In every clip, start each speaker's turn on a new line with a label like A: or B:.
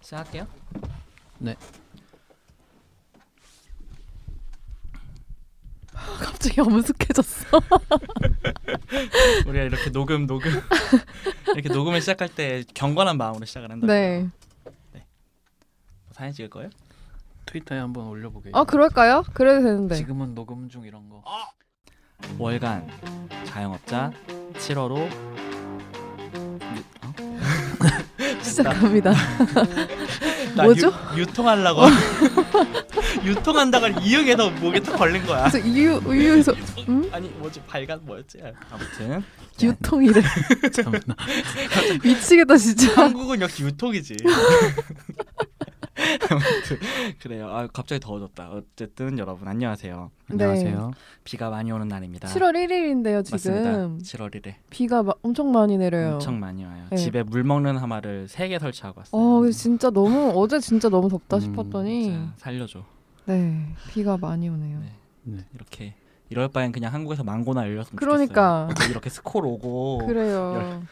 A: 시작할게요.
B: 네.
C: 갑자기 어무숙해졌어.
A: 우리가 이렇게 녹음 녹음 이렇게 녹음을 시작할 때 경건한 마음으로 시작을 한다.
C: 네.
A: 사진 찍을 거예요?
B: 트위터에 한번 올려보게.
C: 어 그럴까요? 그래도 네. 되는데.
B: 지금은 녹음 중 이런 거.
A: 아. 월간 자영업자 7월호
C: 시작합니다.
A: 나
C: 뭐죠?
A: 유, 유통하려고 유통한다고 이응에서 목에 딱 걸린 거야.
C: 그래서 이유 이유에서 음?
A: 아니 뭐지 발간 뭐였지? 아무튼
C: 유통이래.
B: 참나.
C: 미치겠다 진짜.
A: 한국은 역시 유통이지. 아무튼 그래요. 아 갑자기 더워졌다. 어쨌든 여러분 안녕하세요.
C: 네.
B: 안녕하세요.
A: 비가 많이 오는 날입니다.
C: 7월 1일인데요 지금.
A: 아, 맞습니다. 7월이래.
C: 비가 마, 엄청 많이 내려요.
A: 엄청 많이 와요.
C: 네.
A: 집에 물 먹는 하마를 세 개 설치하고 왔어요.
C: 어 근데 진짜 너무 어제 진짜 너무 덥다
B: 음,
C: 싶었더니
A: 진짜 살려줘.
C: 네 비가 많이 오네요.
A: 네.
B: 네.
A: 이렇게 이럴 바엔 그냥 한국에서 망고나 열렸으면
C: 그러니까.
A: 좋겠어요. 어, 이렇게 스콜 오고
C: 그래요.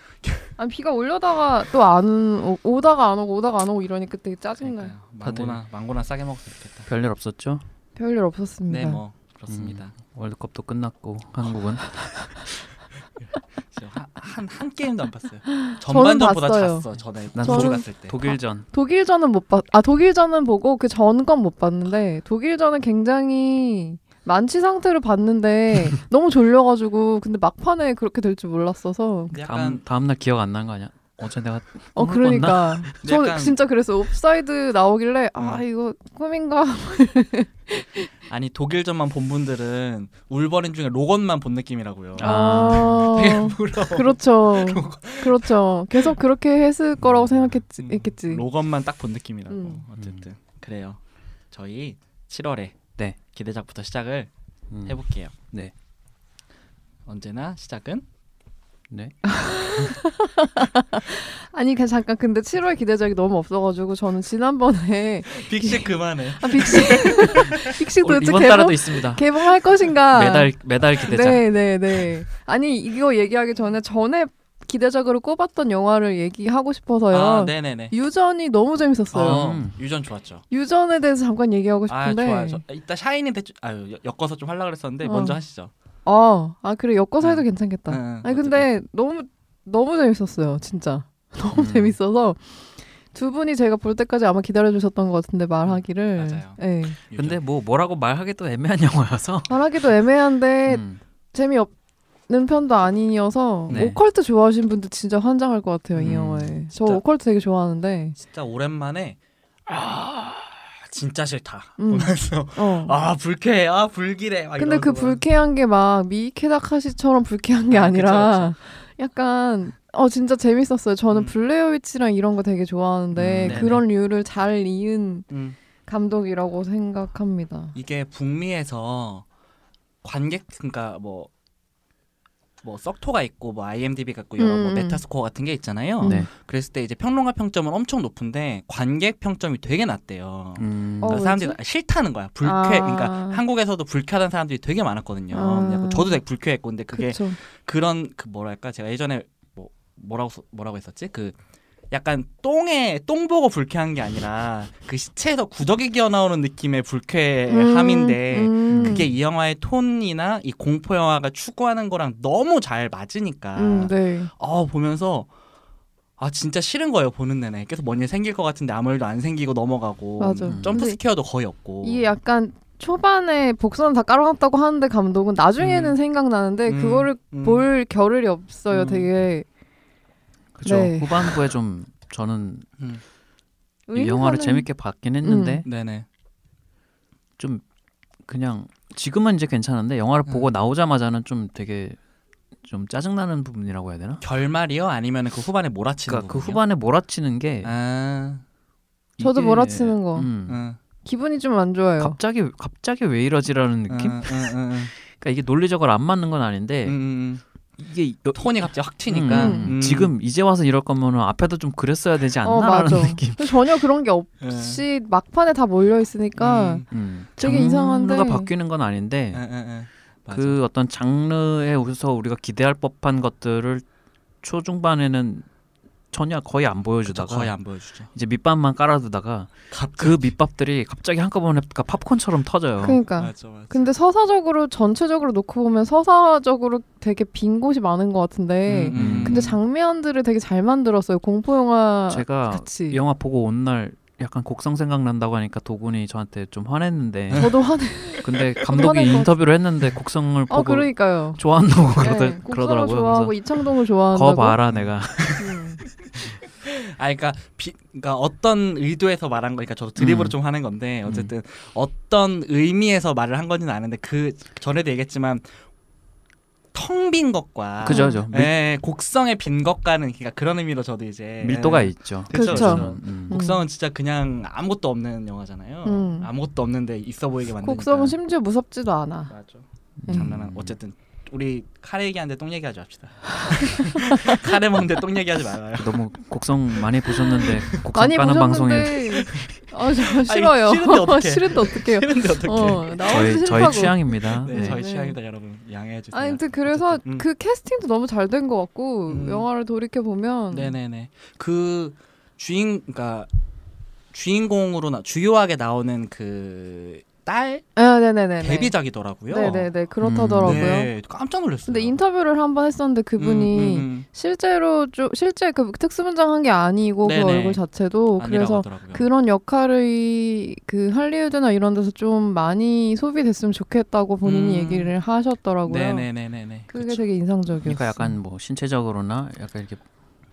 C: 아니 비가 올려다가 또 안 오다가 안 오고 오다가 안 오고 이러니까 되게 짜증나요.
A: 그러니까요. 망고나 망고나 싸게 먹으면 좋겠다.
B: 별일 없었죠?
C: 별일 없었습니다.
A: 네, 뭐 그렇습니다.
B: 월드컵도 끝났고 한국은
A: 진짜 한- 한, 한 게임도 안 봤어요. 전반전보다
C: 봤어요.
A: 잤어. 전에 우주
B: 난
C: 저는
B: 네.
A: 갔을 때.
B: 독일전
A: 아,
C: 독일전은 못 봤, 아, 독일전은 보고 그 전 건 못 봤는데, 독일전은 굉장히 만취 상태로 봤는데, 너무 졸려가지고, 근데 막판에 그렇게 될 줄 몰랐어서.
A: 근데
B: 다음
A: 약간
B: 다음 날 기억 안 난 거 아니야? 어제 내가
C: 어,
B: 꿈을
C: 그러니까.
A: 근데
C: 저
A: 약간-
C: 진짜 그래서 옵사이드 나오길래, 아,
A: 음.
C: 이거 꿈인가?
A: 아니 독일전만 본 분들은 울버린 중에 로건만 본 느낌이라고요.
B: 아. 네,
A: 되게
C: 아.
A: 부러워.
C: 그렇죠. 그렇죠. 계속 그렇게 했을 거라고 생각했지,
A: 음,
C: 했겠지.
A: 로건만 딱 본 느낌이라고.
C: 음.
A: 어쨌든 그래요. 저희 7월에
B: 네.
A: 기대작부터 시작을
B: 음,
A: 해볼게요.
B: 네.
A: 언제나 시작은
B: 네.
C: 아, 아니, 그냥 잠깐, 근데 7월 기대작이 너무 없어가지고, 저는 지난번에,
A: 빅식 그만해.
C: 아, 빅시, 빅시
B: 올-
C: 도대체
B: 어, 이번
C: 개봉,
B: 달에도 있습니다.
C: 개봉할 것인가?
B: 매달 매달 기대자.
C: 네네네. 아니 이거 얘기하기 전에 전에 기대작으로 꼽았던 영화를 얘기하고 싶어서요.
A: 아, 네네네.
C: 유전이 너무 재밌었어요.
A: 어,
B: 음.
A: 유전 좋았죠.
C: 유전에 대해서 잠깐 얘기하고
A: 아
C: 싶은데.
A: 좋아요. 저- 이따 샤이니 대주 아유 여- 엮어서 좀 하려 그랬었는데
C: 어.
A: 먼저 하시죠.
C: 어, 아 그래 엮어서
A: 네.
C: 해도 괜찮겠다.
A: 응,
C: 아니 근데 너무 너무 재밌었어요, 진짜. 너무
B: 음.
C: 재밌어서 두 분이 제가 볼 때까지 아마 기다려 주셨던 것 같은데
A: 음,
C: 말하기를.
A: 맞아요.
C: 예.
A: 어쨌든
B: 근데
A: 유전.
B: 뭐 뭐라고 말하기도 애매한 영화여서.
C: 말하기도 애매한데
B: 음,
C: 재미없는 편도 아니어서
B: 네.
C: 오컬트 좋아하시는 분들 진짜 환장할 것 같아요 이
B: 음,
C: 영화에. 저
A: 진짜.
C: 오컬트 되게 좋아하는데.
A: 진짜 오랜만에 아 진짜 싫다.
C: 음.
A: 보면서
C: 어.
A: 아 불쾌해. 아 불길해. 막
C: 근데 그
A: 이러면서 보면서.
C: 불쾌한 게 막 미케다카시처럼 불쾌한 게
A: 아,
C: 아니라 약간 어 진짜 재밌었어요. 저는
A: 음.
C: 블레어 위치랑 이런 거 되게 좋아하는데
B: 음,
A: 네네.
C: 그런 류를 잘 이은
A: 음.
C: 감독이라고 생각합니다.
A: 이게 북미에서 관객 그러니까 뭐 뭐 썩토가 있고 뭐 IMDb 같고 여러 뭐
C: 음, 음.
A: 메타스코어 같은 게 있잖아요.
C: 음.
B: 네.
A: 그랬을 때 이제 평론가 평점은 엄청 높은데 관객 평점이 되게 낮대요.
B: 음.
C: 어.
A: 그러니까 사람들이 싫다는 거야. 불쾌.
C: 아.
A: 그러니까 한국에서도 불쾌하다는 사람들이 되게 많았거든요.
C: 아.
A: 그래갖고 저도 되게 불쾌했고 근데 그게
C: 그쵸.
A: 그런그 뭐랄까 제가 예전에 뭐 뭐라고 써- 뭐라고 했었지? 그 약간 똥에 똥 보고 불쾌한 게 아니라 그 시체에서 구더기 기어 나오는 느낌의 예, 불쾌함인데
C: 음, 음.
A: 그게 이 영화의 톤이나 이 공포 영화가 추구하는 거랑 너무 잘 맞으니까
C: 음, 네.
A: 아 보면서 아 진짜 싫은 거예요 보는 내내 계속 뭔일 생길 것 같은데 아무 일도 안 생기고 넘어가고
C: 맞아.
B: 음.
A: 점프
C: 근데
A: 스퀘어도 거의 없고
C: 이게 약간 초반에 복선 다 깔아놨다고 하는데 감독은 나중에는
A: 음.
C: 생각나는데
A: 음,
C: 그거를
A: 음.
C: 볼 겨를이 없어요.
A: 음.
C: 되게
B: 그죠.
C: 네.
B: 후반부에 좀 저는
A: 음.
B: 이 영화를
C: 의미하는-
B: 재밌게 봤긴 했는데
C: 음.
A: 네네
B: 좀 그냥 지금은 이제 괜찮은데 영화를
A: 음.
B: 보고 나오자마자는 좀 되게 좀 짜증나는 부분이라고 해야 되나?
A: 결말이요 아니면 그 후반에 몰아치는
B: 그러니까 그
A: 부분이요?
B: 후반에 몰아치는 게
A: 아
C: 저도
B: 이게-
C: 몰아치는 거.
B: 음,
A: 응.
C: 기분이 좀 안 좋아요.
B: 갑자기 갑자기 왜
A: 음,
B: 이러지라는 느낌?
A: 응, 응, 응, 응.
B: 그러니까 이게 논리적으로 안 맞는 건 아닌데
A: 응, 응,
B: 이게
A: 응. 음, 톤이 갑자기 확 튀니까
C: 음,
A: 음.
B: 지금 이제 와서 이럴 거면은 앞에도 좀 그랬어야 되지 않나라는 느낌.
C: 근데 전혀 그런 게
A: 응.
C: 없이 막판에 다 몰려 있으니까
A: 네. 예. 음.
B: 음.
C: 되게 이상한데.
B: 장르가 바뀌는 건 아닌데
A: 응, 응, 응. 네, 예. 맞아.
B: 네. 그 어떤 장르에 우서 우리가 기대할 법한 것들을 초중반에는 전혀 거의 안
A: 그쵸,
B: 보여주다가
A: 거의 안 보여주죠.
B: 이제 밑밥만 깔아두다가 그 밑밥들이 갑자기 한꺼번에 그러니까 팝콘처럼 터져요.
C: 그러니까.
A: 맞죠, 맞죠.
C: 근데 서사적으로 전체적으로 놓고 보면 서사적으로 되게 빈 곳이 많은 것 같은데
A: 음, 음.
C: 근데 장면들을 되게 잘 만들었어요 공포 영화
B: 제가
C: 같이
B: 영화 보고 온 날 약간 곡성 생각난다고 하니까 도군이 저한테 좀 화냈는데
C: 저도 화내
B: 근데
C: 화낼
B: 감독이
C: 것 같-
B: 인터뷰를 했는데 곡성을 보고
C: 어 그러니까요
B: 좋아한다고
C: 네,
B: 그러더,
C: 곡성을
B: 그러더라고요.
C: 좋아하고
B: 그래서
C: 이창동을 좋아한다고
B: 거 봐라 내가
C: 음.
A: 아, 그러니까, 비, 그러니까 어떤 의도에서 말한 거니까 저도 드립으로
B: 음.
A: 좀 하는 건데 어쨌든 어떤 의미에서 말을 한 건지는 아는데 그 전에도 얘기했지만 텅 빈 것과
B: 그죠, 그죠. 밀-
A: 예, 곡성의 빈 것과는 그러니까 그런 의미로 저도 이제
B: 밀도가
A: 예.
B: 있죠.
A: 그쵸,
C: 그쵸.
B: 저는, 음.
A: 곡성은 진짜 그냥 아무것도 없는 영화잖아요.
C: 음.
A: 아무것도 없는데 있어 보이게 만드니까.
B: 그러니까.
C: 곡성은 심지어 무섭지도 않아
A: 맞아.
C: 음.
A: 장난한. 어쨌든 우리 카레 얘기하는데 똥 얘기하지 맙시다. 카레 먹는데 똥 얘기하지 말아요.
B: 음. 너무 곡성 많이 보셨는데 곡성
C: 많이
B: 까는 방송에
C: 보셨는데 아, 저 싫어요
A: 싫은데 어떡해.
C: 싫은데 어떡해요
A: 싫은데 어떡해.
C: 어, 나와서
B: 저희
C: 싫다고
B: 저희 취향입니다.
A: 네,
B: 네.
A: 저희
C: 네.
A: 취향이다 여러분 양해해 주세요.
C: 아니 근데 그래서
A: 어쨌든, 음.
C: 그 캐스팅도 너무 잘 된 것 같고
A: 음.
C: 영화를 돌이켜 보면
A: 네네네. 그 주인 그러니까 주인공으로 나 주요하게 나오는 그딸
C: 아, 네네네
A: 데뷔작이더라고요. 음.
C: 네네네 그렇다더라고요.
A: 네, 깜짝 놀랐어요.
C: 근데 인터뷰를 한 번 했었는데 그분이
A: 음, 음,
C: 실제로 좀 실제 그 특수문장 한 게 아니고 그
A: 네네.
C: 얼굴 자체도
A: 음. 아니라고
C: 그래서
A: 하더라고요.
C: 그런 역할이 그 할리우드나 이런 데서 좀 많이 소비됐으면 좋겠다고 본인이
A: 음.
C: 얘기를 하셨더라고요.
A: 네네네네네.
C: 그게
A: 그쵸.
C: 되게 인상적이었어요.
B: 그러니까 약간 뭐 신체적으로나 약간 이렇게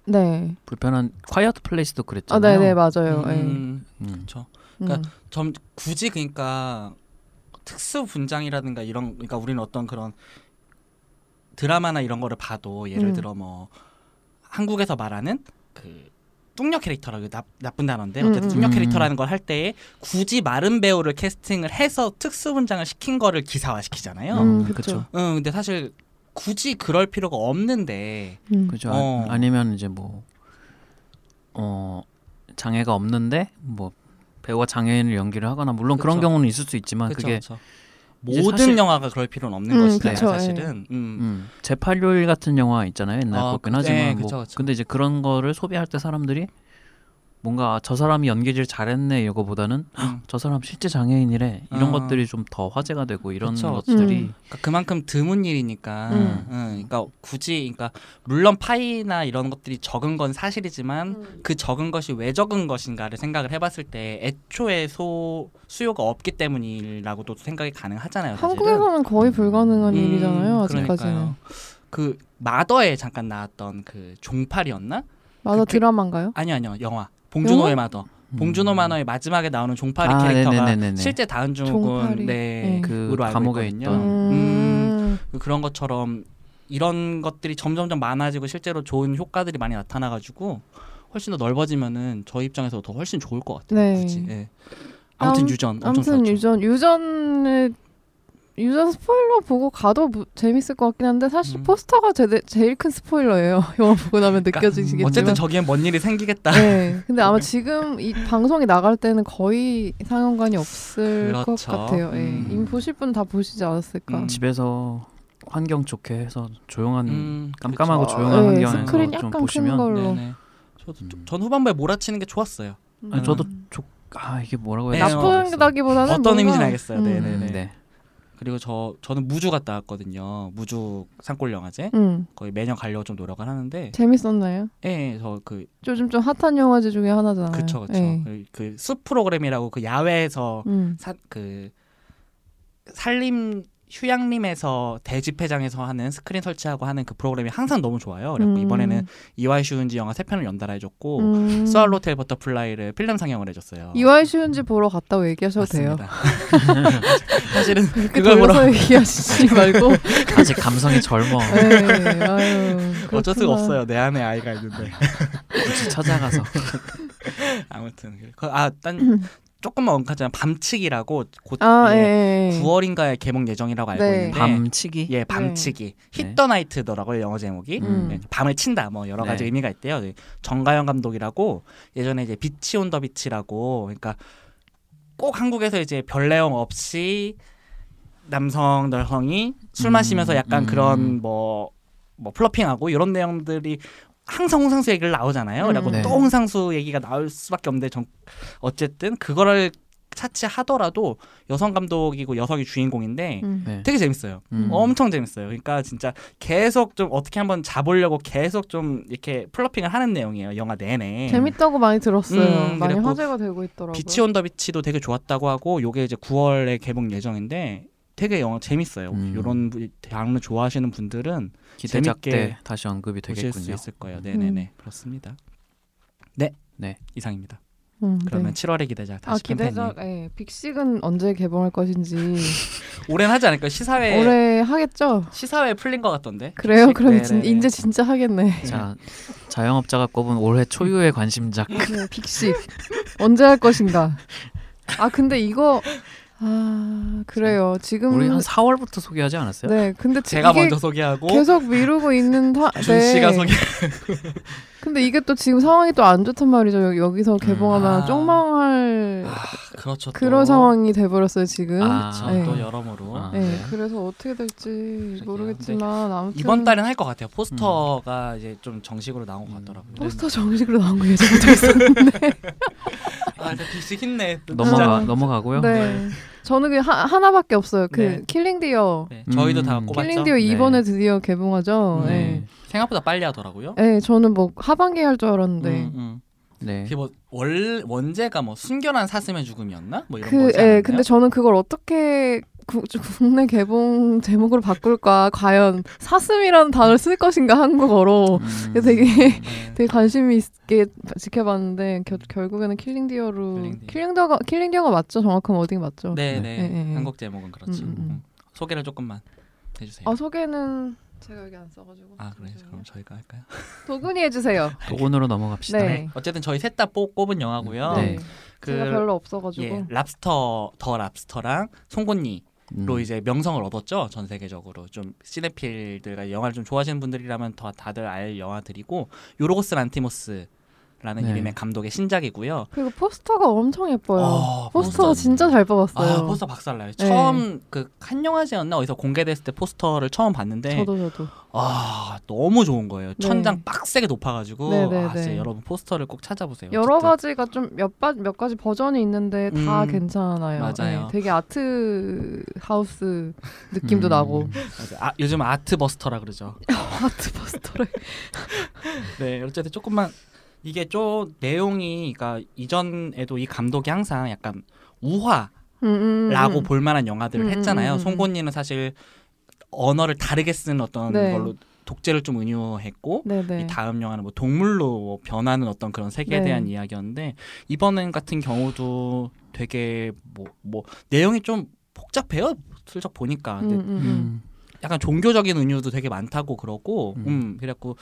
C: 네.
B: 불편한 콰이어트 플레이스도
C: 아,
B: 그랬잖아요.
C: 네네 맞아요. 예. 음.
A: 음,
B: 음.
A: 그렇죠. 그러니까 점 굳이 그러니까 특수 분장이라든가 이런 그러니까 우리는 어떤 그런 드라마나 이런 거를 봐도 예를
C: 음.
A: 들어 뭐 한국에서 말하는 그 뚱녀 캐릭터라고 그 나, 나쁜 단어인데
C: 음,
A: 어쨌든
C: 음.
A: 뚱녀
B: 음.
A: 캐릭터라는 걸 할 때에 굳이 마른 배우를 캐스팅을 해서 특수 분장을 시킨 거를 기사화 시키잖아요. 음.
C: 음,
B: 그쵸.
C: 그쵸.
A: 근데 사실 굳이 그럴 필요가 없는데
C: 음.
B: 그죠.
A: 어.
B: 아, 니면 이제 뭐 어, 장애가 없는데 뭐 배우가 장애인을 연기를 하거나 물론 그런
A: 그쵸.
B: 경우는 있을 수 있지만
A: 그쵸,
B: 아, 그게
A: 그쵸.
B: 이제
A: 모든
B: 사실-
A: 영화가 그럴 필요는 없는
C: 음,
A: 것이다
C: 그쵸,
A: 사실은. 음.
B: 음, 재판료일 같은 영화 있잖아요 옛날
A: 아,
B: 거 그렇긴
A: 그-
B: 하지만
A: 예,
B: 뭐
A: 그쵸, 그쵸.
B: 근데 이제 그런 거를 소비할 때 사람들이 뭔가 아, 저 사람이 연기질 잘했네 이거보다는
A: 음.
B: 저 사람 실제 장애인이래 이런
A: 아.
B: 것들이 좀 더 화제가 되고 이런
A: 그쵸, 그쵸.
B: 것들이
A: 그러니까 그만큼 드문 일이니까.
C: 음.
A: 응, 그러니까 굳이 그러니까 물론 파이나 이런 것들이 적은 건 사실이지만
C: 음.
A: 그 적은 것이 왜 적은 것인가를 생각을 해봤을 때 애초에 소 수요가 없기 때문이라고도 생각이 가능하잖아요. 사실은.
C: 한국에서는 거의 불가능한
A: 음,
C: 일이잖아요. 아직까지는.
A: 그러니까요. 그 마더에 잠깐 나왔던 그 종팔이었나?
C: 맞아
A: 그-
C: 드라마인가요?
A: 아니요 아니요 영화. 봉준호의 마더.
B: 음.
A: 봉준호 만화의 마지막에 나오는 종팔이
B: 아,
A: 캐릭터가
B: 네네네네.
A: 실제
C: 종팔이.
A: 다은중은
C: 네.
A: 네,
B: 그
A: 으로 알고
B: 감옥에
A: 있거든요.
B: 있던
A: 음. 그런 것처럼 이런 것들이 점점점 많아지고 실제로 좋은 효과들이 많이 나타나가지고 훨씬 더 넓어지면은 저희 입장에서 더 훨씬 좋을 것 같아요.
C: 네.
A: 굳이. 예. 아무튼
C: 암-
A: 유전 엄청 좋았죠.
C: 아무튼 유전 유전의 유전 스포일러 보고 가도 무, 재밌을 것 같긴 한데 사실
A: 음. 그러니까,
C: 포스터가 제, 제일 큰 스포일러예요. 영화 보고 나면 느껴지시겠지만.
A: 음, 어쨌든 저기엔 뭔 일이 생기겠다.
C: 네. 근데 아마 지금 이 방송이 나갈 때는 거의 상영관이 없을 것
A: 그렇죠.
C: 같아요. 예.
A: 음.
C: 이미 보실 분 다 보시지 않았을까.
A: 음.
B: 집에서 환경 좋게 해서 조용한
A: 음,
B: 깜깜하고
A: 그렇죠.
B: 조용한
C: 네,
B: 환경에서
C: 스크린
B: 좀
C: 약간 큰
B: 보시면 음.
C: 걸로.
A: 네네. 저도 저- 전 후반부에 몰아치는 게 좋았어요.
C: 음.
B: 아니, 저도 조, 아 이게 뭐라고
A: 네,
B: 해야 되지?
C: 그 나쁘다기보다는
A: 어떤
C: 뭔가-
A: 의미인지 알겠어요.
C: 음.
A: 네네.
B: 음,
A: 네네네.
B: 네.
A: 그리고 저 저는 무주 갔다 왔거든요. 무주 산골 영화제
C: 음.
A: 거의 매년 가려고 좀 노력을 하는데,
C: 재밌었나요?
A: 예, 저그
C: 요즘 좀 핫한 영화제 중에 하나잖아요.
A: 그쵸 그쵸
C: 예.
A: 그숲 프로그램이라고 그 야외에서
C: 음.
A: 사, 그 산림 휴양림에서 대집회장에서 하는 스크린 설치하고 하는 그 프로그램이 항상 너무 좋아요. 그래서
C: 음.
A: 이번에는 이와이 슈운지 영화 세 편을 연달아 해줬고
C: 음.
A: 스왈로텔 버터플라이를 필름 상영을 해줬어요.
C: 이와이 쉬운지 보러 갔다고 얘기하셔도 돼요.
A: 사실은
C: 이렇게
A: 그걸 보러
C: 돌려서 얘기하시지 말고.
B: 아직 감성이 젊어.
C: 네, 아유,
A: 어쩔 수가
C: 그렇구나.
A: 없어요. 내 안에 아이가 있는데
B: 굳이 찾아가서
A: 아무튼 아딴 조금만 언급하자면 밤치기라고 곧
C: 아,
A: 예,
C: 예. 예.
A: 9월인가에 개봉 예정이라고 알고
C: 네.
A: 있는데
B: 밤치기.
A: 예, 밤치기. 히터 나이트더라고요, 영어 제목이.
C: 음.
A: 네, 밤을 친다 뭐 여러 가지
B: 네.
A: 의미가 있대요. 네, 정가영 감독이라고 예전에 이제 비치 온 더 비치라고 그러니까 꼭 한국에서 이제 별 내용 없이 남성 여성이 술
B: 음,
A: 마시면서 약간
B: 음.
A: 그런 뭐 뭐 플러핑하고 이런 내용들이 항상 홍상수 얘기를 나오잖아요.
C: 음.
A: 라고
B: 네.
A: 또 홍상수 얘기가 나올 수밖에 없는데 전 어쨌든 그거를 차치하더라도 여성 감독이고 여성이 주인공인데
C: 음.
B: 네.
A: 되게 재밌어요.
B: 음.
A: 엄청 재밌어요. 그러니까 진짜 계속 좀 어떻게 한번 잡으려고 계속 좀 이렇게 플러핑을 하는 내용이에요. 영화 내내.
C: 재밌다고 많이 들었어요.
A: 음,
C: 많이
A: 그래, 뭐
C: 화제가 되고 있더라고요.
A: 비치 온더 비치도 되게 좋았다고 하고 요게 이제 9월에 개봉 예정인데 되게 영화 재밌어요.
B: 음.
A: 요런 부- 장르 좋아하시는 분들은
B: 기대작
A: 재밌게
B: 때 다시 언급이
A: 보실 수
B: 되겠군요. 음.
A: 있을 거예요. 네, 네, 네. 그렇습니다. 네.
B: 네.
A: 이상입니다.
C: 음,
A: 그러면
C: 네.
A: 7월에 기대작
C: 아
A: 다시 팬팬님.
C: 기대작 예. 빅식은 언제 개봉할 것인지
A: 올해는 하지 않을까? 시사회
C: 올해 하겠죠?
A: 시사회 풀린 것 같던데.
C: 그래요?
A: 빅식?
C: 그럼
A: 네,
C: 진,
A: 네, 네.
C: 이제 진짜 하겠네.
B: 자 자영업자가 꼽은 올해 초유의 관심작.
C: 네, 빅식 언제 할 것인가? 아 근데 이거 아 그래요. 지금
B: 우리 한 4월부터 소개하지 않았어요?
C: 네 근데 지-
A: 제가
C: 이게
A: 먼저 소개하고
C: 계속 네. 미루고 있는 타.
A: 준 씨가 소개.
C: 근데 이게 또 지금 상황이 또 안 좋단 말이죠. 여기, 여기서 개봉하면
A: 아.
C: 쪽망할
A: 그렇죠.
C: 그런 상황이 돼버렸어요 지금.
B: 아,
A: 그렇죠.
C: 네.
A: 또 여러모로
B: 아.
C: 네,
A: 네.
C: 그래서 어떻게 될지 모르겠지만 아무튼
A: 이번 달엔 할 것 같아요. 포스터가 이제 좀 정식으로 나온 것
B: 음.
A: 같더라고요.
C: 포스터 정식으로 나온 거 예전부터
A: 네.
C: 있었는데.
A: 아, 근데 빅스 힘내. 또
B: 넘어가
A: 진짜.
B: 넘어가고요.
C: 네. 저는 그냥 하, 하나밖에 없어요. 그
A: 네.
C: 킬링 디어.
A: 네, 저희도 다
B: 음.
A: 꼽았죠.
C: 킬링 디어
B: 네.
C: 2번에 드디어 개봉하죠.
A: 음.
C: 네.
A: 생각보다 빨리 하더라고요.
C: 네. 저는 뭐 하반기 할 줄 알았는데
A: 음, 음.
B: 네.
A: 그게 뭐원 원제가 뭐 숨겨난 사슴의 죽음이었나? 뭐 이런
C: 그
A: 거지 않았나요?
C: 예, 근데 저는 그걸 어떻게 구- 국내 개봉 제목으로 바꿀까 과연 사슴이라는 단어를 쓸 것인가
A: 뭐
C: 한국어로
B: 음.
C: 그래서 되게
A: 네.
C: 되게 관심 있게 지켜봤는데 겨- 결국에는 킬링 디어로
A: 킬링 디어.
C: 킬링 디어가 킬링 디어가 맞죠 정확하면 어디 맞죠?
A: 네,
B: 네.
A: 네.
C: 네, 네.
A: 한국 제목은 그렇죠.
C: 음, 음, 음.
A: 음. 소개를 조금만 해주세요.
C: 아 소개는 제가 여기 안 써가지고
A: 아 그래요.
C: 잠시만요.
A: 그럼 저희가 할까요?
C: 도군이 해주세요.
B: 도군으로 넘어갑시다.
C: 네.
A: 어쨌든 저희 셋 다 꼽은 영화고요.
B: 네.
A: 그
C: 제가 별로 없어가지고
A: 예, 랍스터 더 랍스터랑 송곳니
B: 음.
A: 로 이제 명성을 얻었죠 전 세계적으로 좀 시네필들과 영화를 좀 좋아하시는 분들이라면 더 다들 알 영화들이고 요로고스 란티모스라는
B: 네.
A: 이름의 감독의 신작이고요.
C: 그리고 포스터가 엄청 예뻐요.
A: 아,
C: 포스터가
B: 포스터.
C: 진짜 잘 뽑았어요.
A: 아 포스터 박살나요.
C: 네.
A: 처음 그 한 영화제였나 어디서 공개됐을 때 포스터를 처음 봤는데
C: 저도 저도
A: 아 너무 좋은 거예요.
C: 네.
A: 천장 빡세게 높아가지고
C: 네, 네,
A: 아 진짜
C: 네.
A: 여러분 포스터를 꼭 찾아보세요.
C: 여러
A: 진짜.
C: 가지가 좀 몇 가지 버전이 있는데 다
A: 음,
C: 괜찮아요.
A: 맞아요.
C: 네, 되게 아트 하우스 느낌도
B: 음.
C: 나고
A: 아, 요즘 아트버스터라 그러죠.
C: 아트 포스터를
A: 네, 어쨌든 조금만 이게 좀 내용이 그러니까 이전에도 이 감독이 항상 약간 우화라고
C: 음, 음, 음.
A: 볼 만한 영화들을
C: 음, 음,
A: 했잖아요.
C: 음, 음.
A: 송곳니는 사실 언어를 다르게 쓴 어떤
C: 네.
A: 걸로 독재를 좀 은유했고
C: 네네.
A: 이 다음 영화는 뭐 동물로 변하는 어떤 그런 세계에
C: 네.
A: 대한 이야기였는데 이번엔 같은 경우도 되게 뭐 뭐 내용이 좀 복잡해요. 슬쩍 보니까
C: 음,
A: 근데
C: 음, 음.
B: 음.
A: 약간 종교적인 은유도 되게 많다고 그러고 음,
B: 음.
A: 그래갖고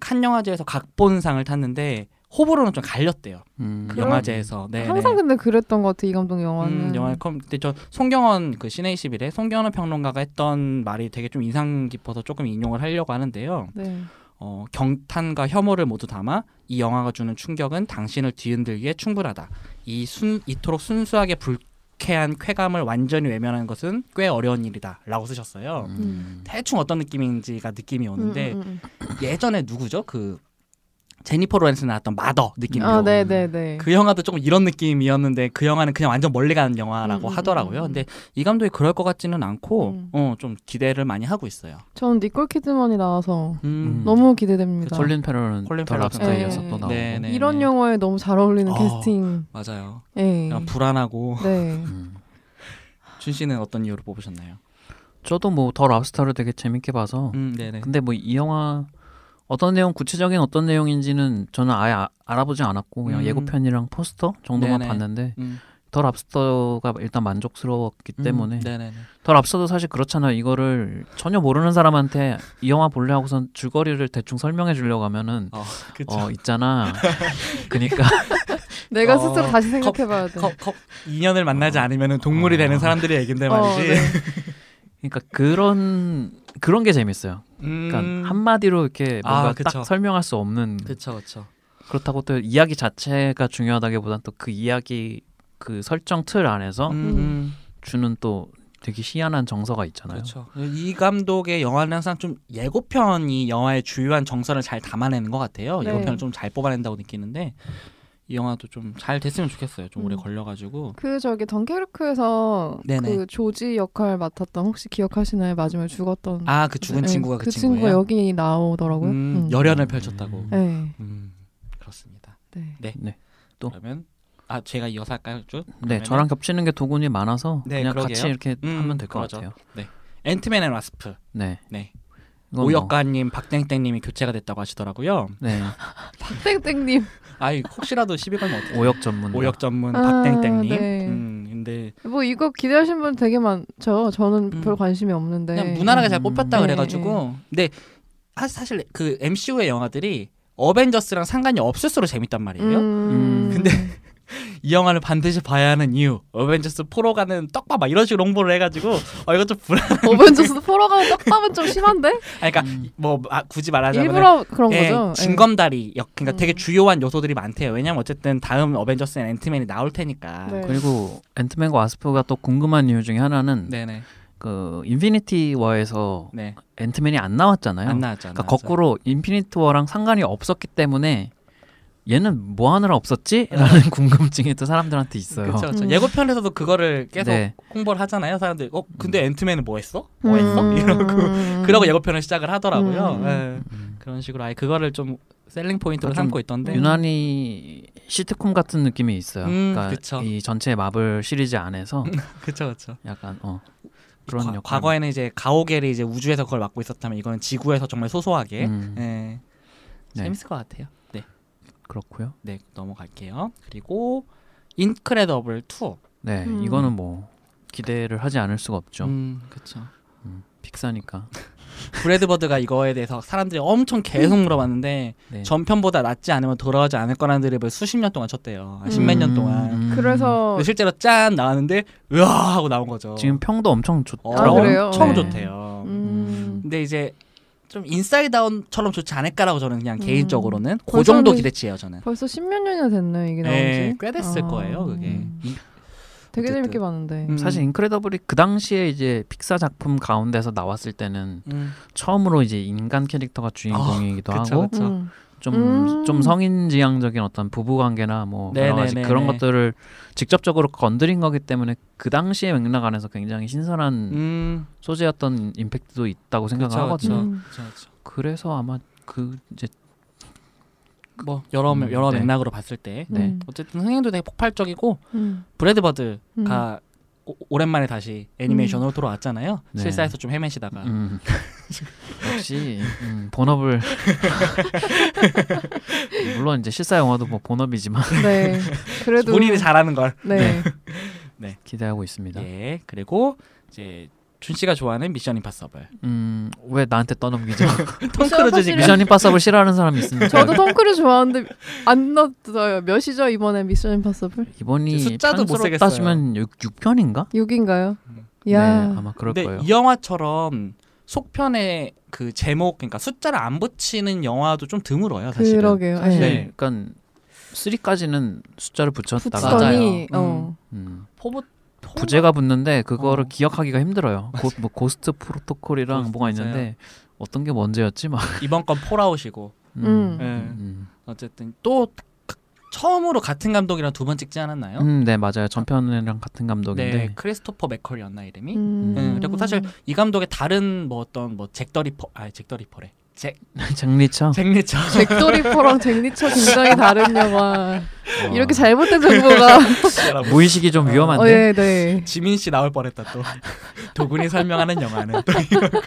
A: 칸 영화제에서 각본상을 탔는데 호불호는 좀 갈렸대요
B: 음.
A: 그
C: 그럼-
A: 영화제에서 네,
C: 항상
A: 네.
C: 근데 그랬던 것 같아 이 감독 영화는.
A: 음, 영화 컴 근데 저 송경원 그 시네 21에 송경원 평론가가 했던 말이 되게 좀 인상 깊어서 조금 인용을 하려고 하는데요.
C: 네.
A: 어, 경탄과 혐오를 모두 담아 이 영화가 주는 충격은 당신을 뒤흔들기에 충분하다. 이 순, 이토록 순수하게 불쾌한 쾌감을 완전히 외면하는 것은 꽤 어려운 일이다라고 쓰셨어요.
B: 음.
A: 대충 어떤 느낌인지가 느낌이 오는데
C: 음, 음,
A: 예전에 누구죠? 그 제니퍼 로렌스 나왔던 마더
C: 음.
A: 느낌이요.
C: 아 네네네.
A: 그 영화도 조금 이런 느낌이었는데 그 영화는 그냥 완전 멀리 가는 영화라고
C: 음, 음,
A: 하더라고요.
C: 음, 음.
A: 근데 이 감독이 그럴 것 같지는 않고
C: 음.
A: 어, 좀 기대를 많이 하고 있어요.
C: 전 니콜 키드먼이 나와서
A: 음.
C: 너무 기대됩니다.
B: 콜린 페러는
A: 콜린
B: 더
A: 페러도
B: 랍스터에서
C: 네.
B: 또 나오고.
A: 네, 네.
C: 이런 영화에 너무 잘 어울리는
A: 아.
C: 캐스팅.
A: 맞아요.
C: 예.
A: 약간 불안하고
C: 네.
B: 음.
A: 준 씨는 어떤 이유로 뽑으셨나요?
B: 저도 뭐 더 랍스터를 되게 재밌게 봐서.
A: 음, 네네.
B: 근데 뭐 이 영화 어떤 내용 구체적인 어떤 내용인지는 저는 아예 아- 알아보지 않았고 그냥
A: 음.
B: 예고편이랑 포스터 정도만
A: 네네.
B: 봤는데
A: 음,
B: 더 랍스터가 일단 만족스러웠기
A: 음,
B: 때문에
A: 네네네.
B: 더 랍스터도 사실 그렇잖아요. 이거를 전혀 모르는 사람한테 이 영화 볼래 하고선 줄거리를 대충 설명해 주려고 하면은
A: 어, 그쵸.
B: 어 있잖아. 그니까
C: 내가
A: 어,
C: 스스로 다시 생각해봐야 돼.
A: 네. 컵, 컵. 인연을 만나지 않으면 동물이
B: 어.
A: 되는 사람들의 얘긴데
C: 어,
A: 말이지.
C: 네.
B: 그러니까 그런 그런 게 재밌어요.
A: 음.
B: 그러니까 한마디로 이렇게
A: 아,
B: 뭔가
A: 그쵸.
B: 딱 설명할 수 없는
A: 그쵸, 그쵸.
B: 그렇다고 또 이야기 자체가 중요하다기보단 또 그 이야기 그 설정 틀 안에서
A: 음, 음.
B: 주는 또 되게 희한한 정서가 있잖아요.
A: 그렇죠. 이 감독의 영화는 항상 좀 예고편이 영화의 주요한 정서를 잘 담아내는 것 같아요.
C: 네.
A: 예고편을 좀 잘 뽑아낸다고 느끼는데 이 영화도 좀 잘 됐으면 좋겠어요. 좀 오래
C: 음.
A: 걸려가지고
C: 그 저기 던케르크에서
A: 네네.
C: 그 조지 역할 맡았던 혹시 기억하시나요? 마지막에 죽었던
A: 아 그 죽은
C: 네,
A: 친구가 그,
C: 그 친구가
A: 친구예요.
C: 여기 나오더라고요.
A: 음,
C: 음.
A: 열연을 펼쳤다고.
B: 음.
C: 네.
A: 음, 그렇습니다.
C: 네.
B: 또?
A: 그러면 아 제가 이어서 할까요? 쭉?
B: 네,
A: 그러면은-
B: 저랑 겹치는 게 도군이 많아서
A: 네,
B: 그냥
A: 그러게요.
B: 같이 이렇게
A: 음,
B: 하면 될 것
A: 그러죠.
B: 같아요.
A: 앤트맨 앤 와스프
B: 네.
A: 네.
B: 이건 뭐-
A: 오역가님 박땡땡님이 교체가 됐다고 하시더라고요.
B: 네.
C: 땡땡님
A: 아이 혹시라도 시비 걸면 어떡해
B: 오역 전문.
A: 오역 전문
C: 아,
A: 박땡땡님.
C: 네.
A: 음, 근데
C: 뭐 이거 기대하신 분 되게 많죠. 저는
A: 음.
C: 별 관심이 없는데
A: 그냥 무난하게 잘
B: 음.
A: 뽑혔다
C: 네,
A: 그래가지고. 근데 하- 사실 그 MCU의 영화들이 어벤져스랑 상관이 없을수록 재밌단 말이에요.
B: 음.
A: 근데 이 영화를 반드시 봐야 하는 이유. 어벤져스 포로 가는 떡밥 막 이런 식으로 홍보를 해가지고 어 이거 좀 불안.
C: 어벤져스 포러 가는 떡밥은 좀 심한데
A: 아니, 그러니까
B: 음.
A: 뭐 아, 굳이 말하자면
C: 일부러 그런
A: 예,
C: 거죠.
A: 징검다리 역 그러니까
C: 음.
A: 되게 주요한 요소들이 많대요. 왜냐면 어쨌든 다음 어벤져스 앤 앤트맨이 나올 테니까.
C: 네.
B: 그리고 앤트맨과 와스프가 또 궁금한 이유 중에 하나는
A: 네네.
B: 그 인피니티 워에서
A: 네.
B: 앤트맨이 안 나왔잖아요.
A: 안 나왔죠. 안
B: 그러니까
A: 나왔죠.
B: 거꾸로 인피니티 워랑 상관이 없었기 때문에 얘는 뭐 하느라 없었지라는 궁금증이 또 사람들한테 있어요.
A: 음. 그렇죠.
C: 음.
A: 예고편에서도 그거를 계속
B: 네.
A: 홍보를 하잖아요. 사람들이 어 근데 앤트맨은 뭐 했어?
C: 음.
A: 뭐 했어? 이러고
C: 음.
A: 그러고 예고편을 시작을 하더라고요.
C: 음.
A: 예. 그런 식으로 아예 그거를 좀 셀링 포인트로
B: 아, 좀
A: 삼고
C: 네.
A: 있던데.
B: 유난히 시트콤 같은 느낌이 있어요.
A: 음,
B: 그러니까
A: 그쵸.
B: 이 전체 마블 시리즈 안에서
A: 그쵸 그쵸.
B: 약간 어 그런
A: 과,
B: 역할.
A: 과거에는 이제 가오겔이 이제 우주에서 그걸 맡고 있었다면 이건 지구에서 정말 소소하게.
B: 음,
A: 예.
B: 네.
A: 재밌을 것 같아요. 네.
B: 그렇고요.
A: 네 넘어갈게요. 그리고 인크레더블 2.
B: 네,
C: 음.
B: 이거는 뭐 기대를 하지 않을 수가 없죠.
A: 음 그쵸.
B: 픽사니까.
A: 브래드버드가 이거에 대해서 사람들이 엄청 계속 물어봤는데
B: 네.
A: 전편보다 낫지 않으면 돌아오지 않을 거라는 드립을 수십 년 동안 쳤대요. 아, 십몇 년
B: 음,
A: 동안.
B: 음.
C: 그래서
A: 근데 실제로 짠 나왔는데 으아 하고 나온 거죠.
B: 지금 평도 엄청
A: 어,
B: 좋더라고요.
C: 아, 그래요?
A: 엄청
C: 네.
A: 좋대요.
C: 음.
A: 근데 이제 좀 인사이드 아웃처럼 좋지 않을까라고 저는 그냥
C: 음.
A: 개인적으로는 그
C: 거절이-
A: 정도 기대치예요 저는.
C: 벌써 십몇 년이나 됐네 이게 나온 지.
A: 네, 꽤 됐을
C: 아.
A: 거예요 그게.
C: 되게
A: 어쨌든.
C: 재밌게 봤는데.
A: 음.
B: 사실 인크레더블이 그 당시에 이제 픽사 작품 가운데서 나왔을 때는
A: 음.
B: 처음으로 이제 인간 캐릭터가 주인공이기도
A: 아, 그쵸,
B: 하고
A: 그쵸.
C: 음.
B: 좀 좀
C: 음.
B: 성인지향적인 어떤 부부관계나 뭐 여러 가지
A: 네네네네.
B: 그런 것들을 직접적으로 건드린 거기 때문에 그 당시의 맥락 안에서 굉장히 신선한
A: 음.
B: 소재였던 임팩트도 있다고 생각을
A: 그쵸,
B: 하거든요.
A: 그쵸.
C: 음.
A: 그쵸, 그쵸.
B: 그래서 아마 그 이제
A: 뭐 여러
B: 음,
A: 여러
B: 네.
A: 맥락으로 봤을 때
B: 네.
C: 음.
A: 어쨌든 흥행도 되게 폭발적이고
C: 음.
A: 브래드버드가
C: 음.
A: 오- 오랜만에 다시 애니메이션으로 돌아왔잖아요.
B: 네.
A: 실사에서 좀 헤매시다가
B: 음, 역시 음, 본업을 물론 이제 실사 영화도 뭐 본업이지만
C: 네. 그래도
A: 본인이 잘하는 걸.
C: 네.
B: 기대하고 있습니다.
A: 예. 그리고 이제 준 씨가 좋아하는 미션 임파서블.
B: 음, 왜 나한테 떠넘기죠?
A: 톰 크루즈님 미션
B: 미션 임파서블 싫어하는 사람이 있습니다.
C: 저도 톰크루즈 좋아하는데 안 넣었어요. 몇이죠 이번에 미션 임파서블?
B: 이번이
A: 숫자도 못
B: 편수로
A: 세겠어요.
B: 따지면 6, 6편인가?
C: 6인가요?
A: 음.
C: 야.
B: 네, 아마 그럴
A: 근데
B: 거예요.
A: 이 영화처럼 속편에 그 제목 그러니까 숫자를 안 붙이는 영화도 좀 드물어요, 사실은.
C: 그러게요.
A: 사실은
C: 네.
B: 네, 그러니까 3까지는 숫자를 붙였다가
C: 붙더니
A: 맞아요.
C: 어.
B: 음,
A: 포부 포-
B: 부제가 붙는데 그거를
A: 어.
B: 기억하기가 힘들어요. 고, 뭐 고스트 프로토콜이랑
A: 고스트,
B: 뭐가 있는데 어떤 게 뭔지였지 막.
A: 이번 건 폴아웃이고
C: 음.
A: 네.
B: 음.
A: 어쨌든 또 그- 처음으로 같은 감독이랑 두 번 찍지 않았나요?
B: 음, 네 맞아요. 전편이랑 같은 감독인데
A: 네, 크리스토퍼 맥컬이었나 이름이?
C: 음.
A: 예, 그리고 사실 이 감독의 다른 뭐 어떤 뭐 잭더리퍼, 아 잭더리퍼래. 잭
C: 어.
B: 장리처
A: 잭리처.
C: 잭도리퍼랑 잭리처 굉장히 다른 영화.
B: 어, 아,
C: 이렇게 잘못된 정보가
B: 무의식이 좀
C: 어,
B: 위험한데.
C: 예, 네.
A: 지민 씨 나올 뻔했다 또. 도군이 설명하는 영화는 또 이러고.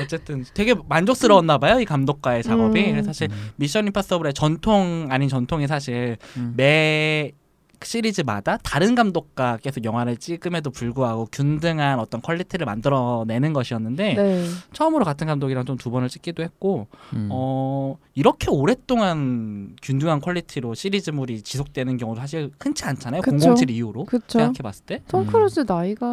A: 어쨌든 되게 만족스러웠나 봐요 이 감독과의 작업이.
C: 음.
A: 그래서 사실
B: 음,
A: 미션 임파서블의 전통 아닌 전통이 사실
B: 음.
A: 매 시리즈마다 다른 감독과 계속 영화를 찍음에도 불구하고 균등한 어떤 퀄리티를 만들어내는 것이었는데
C: 네.
A: 처음으로 같은 감독이랑 좀 두 번을 찍기도 했고
B: 음.
A: 어 이렇게 오랫동안 균등한 퀄리티로 시리즈물이 지속되는 경우도 사실 흔치 않잖아요.
C: 그쵸.
A: 007 이후로
C: 그렇죠.
A: 생각해봤을 때.
C: 톰 크루즈 나이가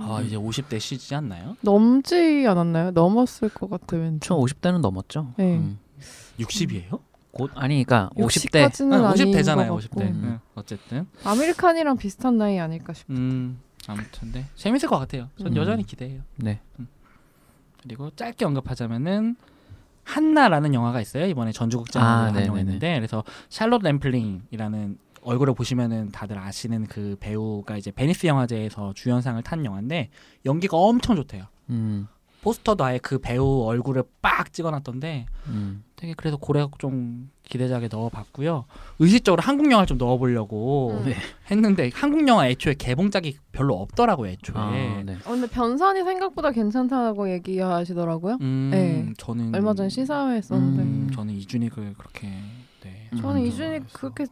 A: 아 이제 50대 시지 않나요?
C: 넘지 않았나요? 넘었을 것 같아 왠지.
B: 저 50대는 넘었죠.
C: 네.
B: 음.
A: 60이에요?
B: 곧 아니 그러니까 50대
A: 네,
C: 60까지는 음. 아닌
A: 50대잖아요.
C: 것
A: 50대.
C: 같고.
B: 음.
A: 응, 어쨌든
C: 아메리칸이랑 비슷한 나이 아닐까 싶어.
A: 음 아무튼 네 재밌을 것 같아요. 전
B: 음.
A: 여전히 기대해요.
B: 네.
A: 그리고 짧게 언급하자면은 한나라는 영화가 있어요. 이번에 전주국장으로
B: 아,
A: 한
B: 네네네.
A: 영화인데 그래서 샬롯 램플링이라는 얼굴을 보시면은 다들 아시는 그 배우가 이제 베니스 영화제에서 주연상을 탄 영화인데 연기가 엄청 좋대요.
B: 음.
A: 포스터도 아예 그 배우 얼굴을 빡 찍어놨던데
B: 음.
A: 되게 그래서 고래학 좀 기대작에 넣어봤고요. 의식적으로 한국 영화를 좀 넣어보려고
C: 음.
B: 네.
A: 했는데 한국 영화 애초에 개봉작이 별로 없더라고요. 애초에.
B: 아, 네.
C: 어, 근데 변산이 생각보다 괜찮다고 얘기하시더라고요.
A: 음,
C: 네.
A: 저는
C: 얼마 전에 시사회 했었는데
A: 음,
B: 음.
A: 저는 이준익을 그렇게 네.
B: 음.
C: 저는
B: 음,
C: 이준이
A: 좋아해서.
C: 그렇게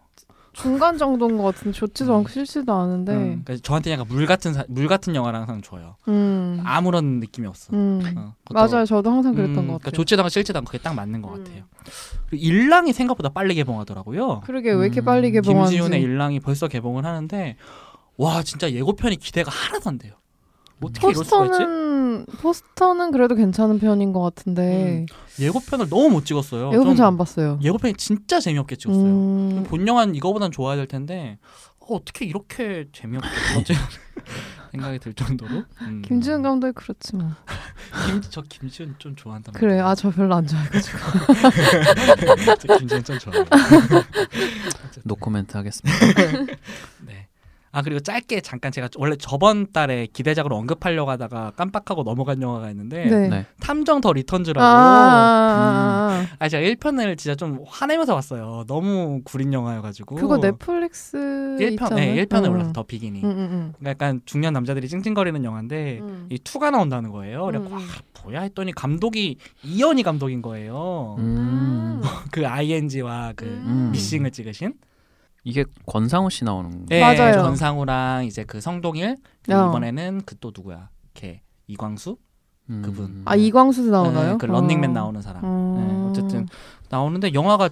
C: 중간 정도인 것 같은데 좋지도 않고 싫지도 않은데
A: 음.
C: 음.
A: 그러니까 저한테 약간 물 같은 사, 물 같은 영화를 항상 줘요.
C: 음.
A: 아무런 느낌이 없어. 어, 그것도-
C: 맞아요. 저도 항상
A: 음,
C: 그랬던 것
A: 그러니까
C: 같아요.
A: 좋지도 않고 싫지도 않고 그게 딱 맞는 것
C: 음.
A: 같아요. 그리고 일랑이 생각보다 빨리 개봉하더라고요.
C: 그러게 왜 이렇게
B: 음,
C: 빨리 개봉하는지.
A: 김지훈의 일랑이 벌써 개봉을 하는데 와 진짜 예고편이 기대가 하나도 안 돼요. 어떻게 이럴 수가 있지?
C: 포스터는 포스터는 그래도 괜찮은 편인 것 같은데
A: 예고편을 너무 못 찍었어요.
C: 예고편
A: 좀
C: 잘안 봤어요.
A: 예고편이 진짜 재미없게 찍었어요.
C: 음,
A: 본 영화는 이거보단 좋아야 될 텐데 어, 어떻게 이렇게 재미없게 찍었지? 생각이 들 정도로. 음. 아,
C: 김지훈 감독이 그렇지 뭐.
A: 김, 저 김지훈 좀 좋아한단
C: 그래 아 저 별로 안 좋아해가지고. 아,
A: 저 김지훈 좀 좋아해요.
B: 노코멘트 하겠습니다.
A: 네. 아 그리고 짧게 잠깐 제가 원래 저번 달에 기대작으로 언급하려고 하다가 깜빡하고 넘어간 영화가 있는데
C: 네.
B: 네.
A: 탐정 더
C: 아,
A: 리턴즈라고 아,
C: 아, 아, 아.
A: 제가 1편을 진짜 좀 화내면서 봤어요. 너무 구린 영화여가지고
C: 그거 넷플릭스
A: 음. 1편,
C: 있잖아요.
A: 네, 1편에
C: 음. 음,
A: 올라서 더 비기니
C: 응, 응,
A: 그러니까 약간 중년 남자들이 찡찡거리는 영화인데
C: 응.
A: 네, 이 2가 나온다는 거예요. 그래
C: 음, 음.
A: 뭐야 했더니 감독이 이연희 감독인 거예요.
B: 음.
A: 그 ING와 그
B: 음.
A: 미싱을 찍으신
B: 이게 권상우 씨 나오는 거.
A: 예,
C: 맞아요.
A: 전상우랑 이제 그 성동일 그리고
C: 어.
A: 이번에는 그 또 누구야? 걔 이광수
B: 음.
A: 그분.
C: 아 이광수도 나오나요?
A: 네, 그 런닝맨
C: 어.
A: 나오는 사람.
C: 음.
A: 네, 어쨌든 나오는데 영화가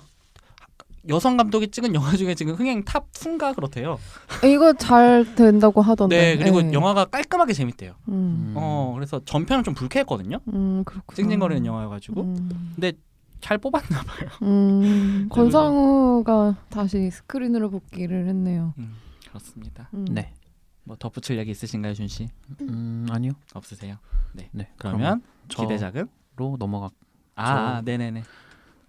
A: 여성 감독이 찍은 영화 중에 지금 흥행 탑 순가 그렇대요.
C: 아, 이거 잘 된다고 하던데.
A: 네, 그리고
C: 네.
A: 영화가 깔끔하게 재밌대요.
C: 음,
B: 음.
A: 어, 그래서 전편은 좀 불쾌했거든요.
C: 음 그렇구나.
A: 찡찡거리는 영화여가지고 네.
C: 음.
A: 잘 뽑았나 봐요. 네,
C: 음, 권상우가 다시 스크린으로 복귀를 했네요.
A: 음, 그렇습니다.
C: 음.
B: 네.
A: 뭐 덧붙일 얘기 있으신가요, 준 씨?
B: 음, 아니요.
A: 없으세요?
B: 네.
A: 그러면
B: 저-
A: 기대작은?
B: 로 넘어가.
A: 아, 아, 네네네.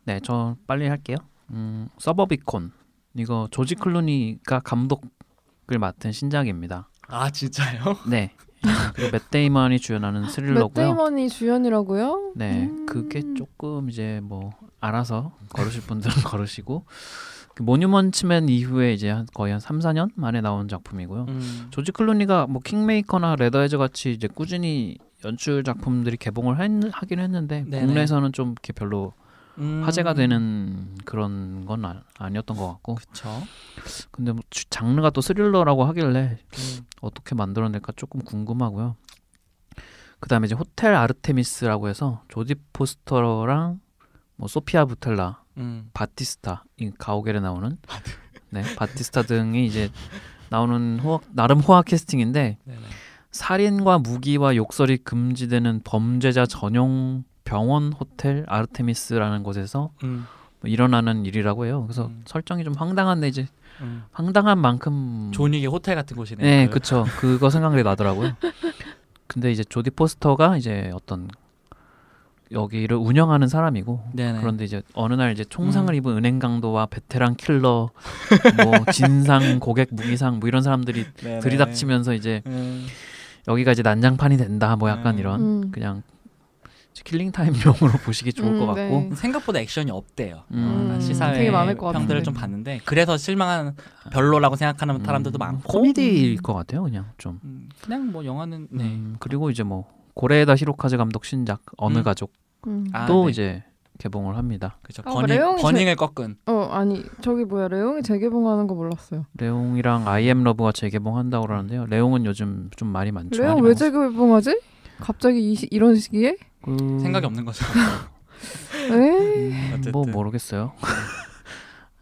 B: 네, 저 빨리 할게요. 음, 서버비콘. 이거 조지 클루니가 감독을 맡은 신작입니다.
A: 아 진짜요?
B: 네. 그리고 맷 데이먼이 주연하는
C: 맷
B: 스릴러고요.
C: 데이먼이 주연이라고요?
B: 네,
C: 음.
B: 그게 조금 이제 뭐 알아서 걸으실 분들은 걸으시고 그 모뉴먼츠맨 이후에 이제 한- 거의 한 3, 4년 만에 나온 작품이고요.
A: 음.
B: 조지 클루니가 뭐 킹메이커나 레더헤즈 같이 이제 꾸준히 연출 작품들이 개봉을 했- 하긴 했는데
A: 네네.
B: 국내에서는 좀 이렇게 별로
A: 음.
B: 화제가 되는 그런 건 아, 아니었던 것 같고
A: 그쵸.
B: 근데 뭐 주- 장르가 또 스릴러라고 하길래
A: 음.
B: 어떻게 만들어낼까 조금 궁금하고요. 그다음에 이제 호텔 아르테미스라고 해서 조디 포스터랑 뭐 소피아 부텔라,
A: 음.
B: 바티스타, 이 가오겔에 나오는 네 바티스타 등이 이제 나오는 호화- 나름 호화 캐스팅인데
A: 네네.
B: 살인과 무기와 욕설이 금지되는 범죄자 전용 병원 호텔 아르테미스라는 곳에서
A: 음.
B: 뭐 일어나는 일이라고 해요. 그래서
A: 음.
B: 설정이 좀 황당한데 이제
A: 음.
B: 황당한 만큼
A: 존이게 호텔 같은 곳이네요.
B: 네,
A: 그-
B: 그쵸. 그거 생각이 나더라고요. 근데 이제 조디 포스터가 이제 어떤 여기를 운영하는 사람이고
A: 네네.
B: 그런데 이제 어느 날 이제 총상을
A: 음.
B: 입은 은행 강도와 베테랑 킬러, 뭐 진상 고객 무기상 뭐 이런 사람들이
A: 네네.
B: 들이닥치면서 이제
A: 음.
B: 여기가 이제 난장판이 된다. 뭐 약간
A: 음.
B: 이런
C: 음.
B: 그냥 킬링 타임용으로 보시기 좋을 것
C: 음, 네.
B: 같고
A: 생각보다 액션이 없대요.
B: 음.
A: 어, 나
C: 되게
A: 시사회
C: 많을 것
A: 평들을
C: 같은데.
A: 좀 봤는데 그래서 실망한 별로라고 생각하는
B: 음,
A: 사람들도 많고
B: 코미디일 것 같아요. 그냥 좀
A: 음, 그냥 뭐 영화는 네.
B: 음, 그리고 이제 뭐 고레에다 히로카즈 감독 신작 어느
A: 음.
B: 가족
C: 음.
A: 아,
B: 또
A: 네.
B: 이제 개봉을 합니다.
A: 그죠.
C: 아,
A: 버닝
C: 레옹이
A: 버닝을 꺾은
C: 어 아니 저기 뭐야 레옹이 재개봉하는 거 몰랐어요.
B: 레옹이랑 아이엠 러브가 재개봉한다고 그러는데요. 레옹은 요즘 좀 말이 많죠.
C: 레옹 왜 재개봉하지? 갑자기 이 시, 이런 시기에?
B: 그...
A: 생각이 없는 거죠.
C: 에?
A: 어쨌든.
B: 뭐 모르겠어요.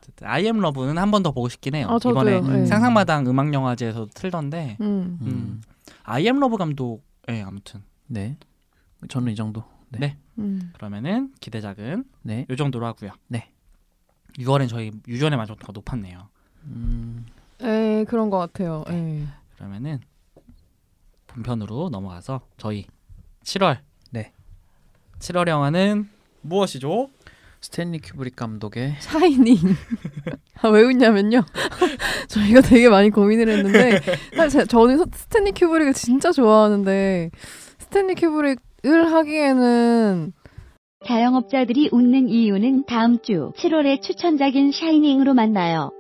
A: 어쨌든 I am Love는 한 번 더 보고 싶긴 해요.
C: 아 저도요.
A: 이번에
C: 네.
B: 상상-
A: 상상마당 음악 영화제에서 틀던데
C: 음.
B: 음.
A: 음. I am Love 감독 예, 아무튼
B: 네. 저는 이 정도.
C: 음.
A: 그러면은 기대작은
B: 네.
A: 요 정도로 하고요.
B: 네.
A: 6월엔 저희 유전의 만족도가 높았네요.
B: 음,
C: 에 그런 것 같아요. 에.
A: 그러면은 본편으로 넘어가서 저희 7월
B: 네.
A: 7월 영화는 무엇이죠?
B: 스탠리 큐브릭 감독의
C: 샤이닝. 아, 왜 웃냐면요. 저희가 되게 많이 고민을 했는데 사실 저는 스- 스탠리 큐브릭을 진짜 좋아하는데 스탠리 큐브릭을 하기에는
D: 자영업자들이 웃는 이유는 다음 주 7월의 추천작인 샤이닝으로 만나요.